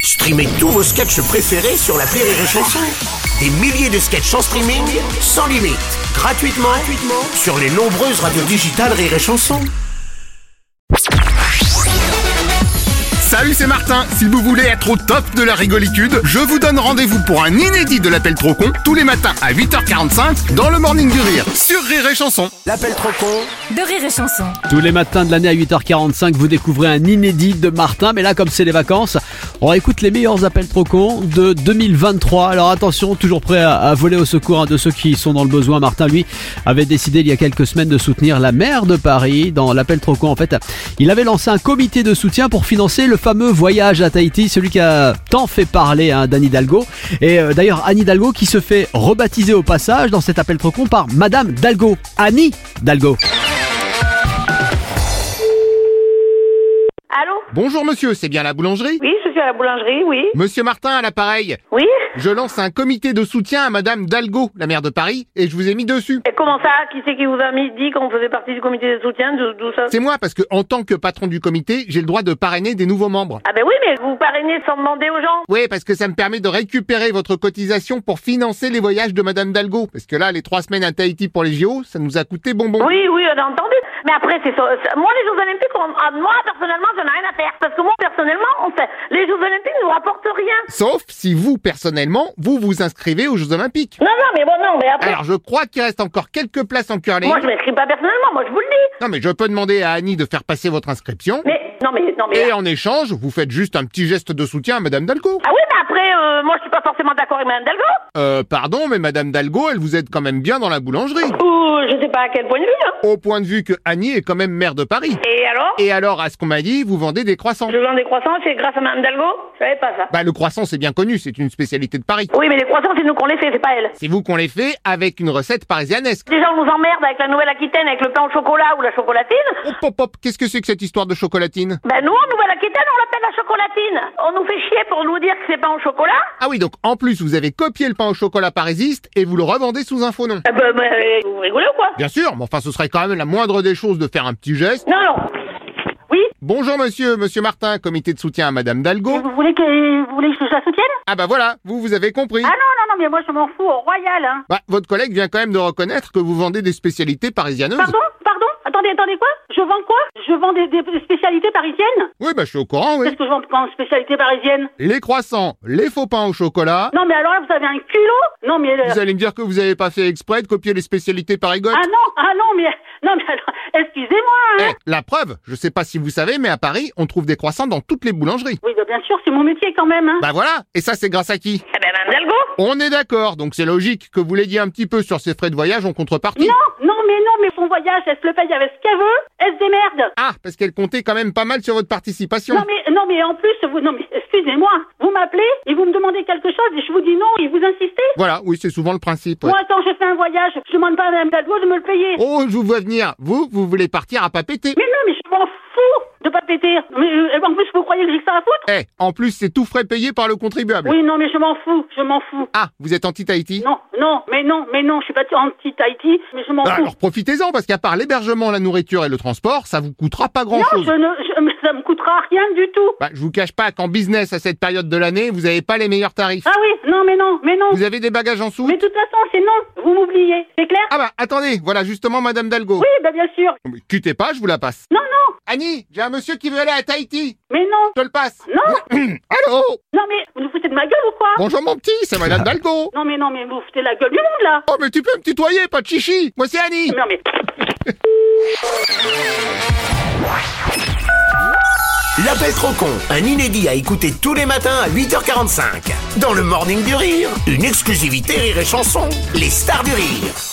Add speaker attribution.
Speaker 1: Streamez tous vos sketchs préférés sur la Rire et Chanson. Des milliers de sketchs en streaming, sans limite, gratuitement, gratuitement sur les nombreuses radios digitales Rire et Chanson.
Speaker 2: Salut, c'est Martin. Si vous voulez être au top de la rigolitude, je vous donne rendez-vous pour un inédit de l'appel trop con tous les matins à 8h45 dans le Morning du Rire sur Rire et Chanson.
Speaker 1: L'appel trop con
Speaker 3: de rire et chanson.
Speaker 4: Tous les matins de l'année à 8h45, vous découvrez un inédit de Martin. Mais là, comme c'est les vacances, on écoute les meilleurs appels trop cons de 2023. Alors attention, toujours prêt à, à voler au secours hein, de ceux qui sont dans le besoin. Martin, lui, avait décidé il y a quelques semaines de soutenir la maire de Paris dans l'appel trop con. En fait, il avait lancé un comité de soutien pour financer le fameux voyage à Tahiti, celui qui a tant fait parler hein, d'Anne Hidalgo. Et euh, d'ailleurs, Anne Hidalgo qui se fait rebaptiser au passage dans cet appel trop con par Madame Dalgo. Annie Dalgo.
Speaker 5: Allô
Speaker 2: Bonjour monsieur, c'est bien la boulangerie
Speaker 5: Oui, je suis à la boulangerie, oui.
Speaker 2: Monsieur Martin à l'appareil.
Speaker 5: Oui
Speaker 2: Je lance un comité de soutien à madame Dalgo, la maire de Paris, et je vous ai mis dessus.
Speaker 5: Et comment ça Qui c'est qui vous a mis dit qu'on faisait partie du comité de soutien D'où d'où ça
Speaker 2: C'est moi parce que en tant que patron du comité, j'ai le droit de parrainer des nouveaux membres.
Speaker 5: Ah ben oui, mais vous parrainez sans demander aux gens.
Speaker 2: Oui, parce que ça me permet de récupérer votre cotisation pour financer les voyages de madame Dalgo. Parce que là, les trois semaines à Tahiti pour les JO, ça nous a coûté bonbon.
Speaker 5: Oui, oui, on a entendu. Mais après, c'est ça. ça- Moi, les Jeux Olympiques, on- ah, moi, personnellement, j'en ai rien à faire. Parce que moi, personnellement, on fait... les Jeux Olympiques ne nous rapportent rien.
Speaker 2: Sauf si vous, personnellement, vous vous inscrivez aux Jeux Olympiques.
Speaker 5: Non, non, mais bon, non, mais après...
Speaker 2: Alors je crois qu'il reste encore quelques places en curling.
Speaker 5: Moi, je m'inscris pas personnellement, moi, je vous le dis.
Speaker 2: Non mais je peux demander à Annie de faire passer votre inscription.
Speaker 5: Mais, non, mais, non, mais...
Speaker 2: Et en échange, vous faites juste un petit geste de soutien à Madame Dalgo.
Speaker 5: Ah oui, mais après, euh, moi, je suis pas forcément d'accord avec Mme Dalgo.
Speaker 2: Euh, pardon, mais Madame Dalgo, elle vous aide quand même bien dans la boulangerie.
Speaker 5: Ou je sais pas à quel point de vue, hein.
Speaker 2: Au point de vue que Annie est quand même maire de Paris.
Speaker 5: Et alors
Speaker 2: Et alors, à ce qu'on m'a dit, vous vendez des croissants.
Speaker 5: Je vends des croissants, c'est grâce à Mme Dalgo Je savais pas ça.
Speaker 2: Bah le croissant, c'est bien connu, c'est une spécialité de Paris.
Speaker 5: Oui, mais les croissants, c'est nous qu'on les fait, c'est pas elle.
Speaker 2: C'est vous qu'on les fait avec une recette parisianesque.
Speaker 5: Déjà, on nous emmerde avec la Nouvelle-Aquitaine, avec le pain au chocolat ou la chocolatine.
Speaker 2: Hop hop hop, Oh, qu'est-ce que c'est que cette histoire de chocolatine
Speaker 5: Ben nous, en Nouvelle-Aquitaine, on l'appelle la chocolatine. On nous fait chier pour nous dire que c'est pain au chocolat.
Speaker 2: Ah oui, donc en plus, vous avez copié le pain au chocolat parisiste et vous le revendez sous un faux nom.
Speaker 5: Eh ben, ben, euh, vous rigolez ou quoi
Speaker 2: Bien sûr, mais enfin, ce serait quand même la moindre des choses de faire un petit geste.
Speaker 5: Non, non. Oui
Speaker 2: Bonjour monsieur, monsieur Martin, comité de soutien à Madame Dalgo.
Speaker 5: Vous voulez que, vous voulez que je la soutienne
Speaker 2: Ah bah voilà, vous, vous avez compris.
Speaker 5: Ah non, non, non, mais moi, je m'en fous au royal, hein.
Speaker 2: Bah, votre collègue vient quand même de reconnaître que vous vendez des spécialités parisianeuses.
Speaker 6: Pardon Pardon Attendez, attendez quoi Je vends quoi Je vends des, des spécialités parisiennes
Speaker 2: Oui, bah je suis au courant, oui.
Speaker 6: Qu'est-ce que je vends en spécialité parisienne
Speaker 2: Les croissants, les faux pains au chocolat.
Speaker 6: Non mais alors là, vous avez un culot Non mais... euh,
Speaker 2: Vous allez me dire que vous avez pas fait exprès de copier les spécialités parigotes.
Speaker 6: Ah non, ah non mais... Non mais alors, excusez-moi hein.
Speaker 2: Eh, la preuve, je sais pas si vous savez, mais à Paris, on trouve des croissants dans toutes les boulangeries.
Speaker 6: Oui, bah, bien sûr, c'est mon métier quand même hein.
Speaker 2: Bah voilà, et ça c'est grâce à qui
Speaker 5: Eh ben, Mme Dalgo
Speaker 2: On est d'accord, donc c'est logique que vous l'aidiez un petit peu sur ces frais de voyage en contrepartie.
Speaker 6: Non, non mais non, mais son voyage, elle se le paye avec ce qu'elle veut, elle se démerde
Speaker 2: Ah, parce qu'elle comptait quand même pas mal sur votre participation.
Speaker 6: non mais, non mais en plus, vous, non mais excusez-moi, vous m'appelez et vous me demandez quelque chose et je vous dis non et vous insistez
Speaker 2: Voilà, oui, c'est souvent le principe. ouais.
Speaker 6: Moi quand je fais un voyage, je demande pas à Mme Dalgo de me le payer
Speaker 2: Oh, je vous vois venir. Vous, vous voulez partir à pas péter.
Speaker 6: Mais non mais je m'en fous de pas péter Mais, euh, En plus, vous croyez que j'ai que ça à foutre
Speaker 2: Eh, en plus, c'est tout frais payé par le contribuable.
Speaker 6: Oui, non, mais je m'en fous, je m'en fous.
Speaker 2: Ah, vous êtes anti-Tahiti
Speaker 6: Non, non, mais non, mais non, je suis pas anti-Tahiti, mais je m'en
Speaker 2: Bah,
Speaker 6: fous.
Speaker 2: Alors profitez-en, parce qu'à part l'hébergement, la nourriture et le transport, ça vous coûtera pas
Speaker 6: non,
Speaker 2: grand-chose.
Speaker 6: je ne, je- mais ça me coûtera rien du tout.
Speaker 2: Bah, je vous cache pas qu'en business, à cette période de l'année, vous avez pas les meilleurs tarifs.
Speaker 6: Ah oui, non, mais non, mais non.
Speaker 2: Vous avez des bagages en soute
Speaker 6: Mais de toute façon, c'est non, vous m'oubliez, c'est clair
Speaker 2: Ah bah, attendez, voilà justement Madame Dalgo.
Speaker 6: Oui, bah bien sûr.
Speaker 2: Mais Quittez pas, je vous la passe.
Speaker 6: Non, non,
Speaker 2: Annie, j'ai un monsieur qui veut aller à Tahiti.
Speaker 6: mais non,
Speaker 2: Je le passe.
Speaker 6: non,
Speaker 2: Allô
Speaker 6: non, mais vous nous foutez de ma gueule ou quoi
Speaker 2: Bonjour mon petit, c'est Madame Dalgo.
Speaker 6: Non, mais non, mais vous vous foutez de la gueule du monde, là
Speaker 2: Oh, mais tu peux me tutoyer, pas de chichi. Moi, c'est Annie.
Speaker 6: Non, mais...
Speaker 1: L'appel trop con, un inédit à écouter tous les matins à 8h45. Dans le Morning du Rire, une exclusivité Rire et Chanson, les stars du rire.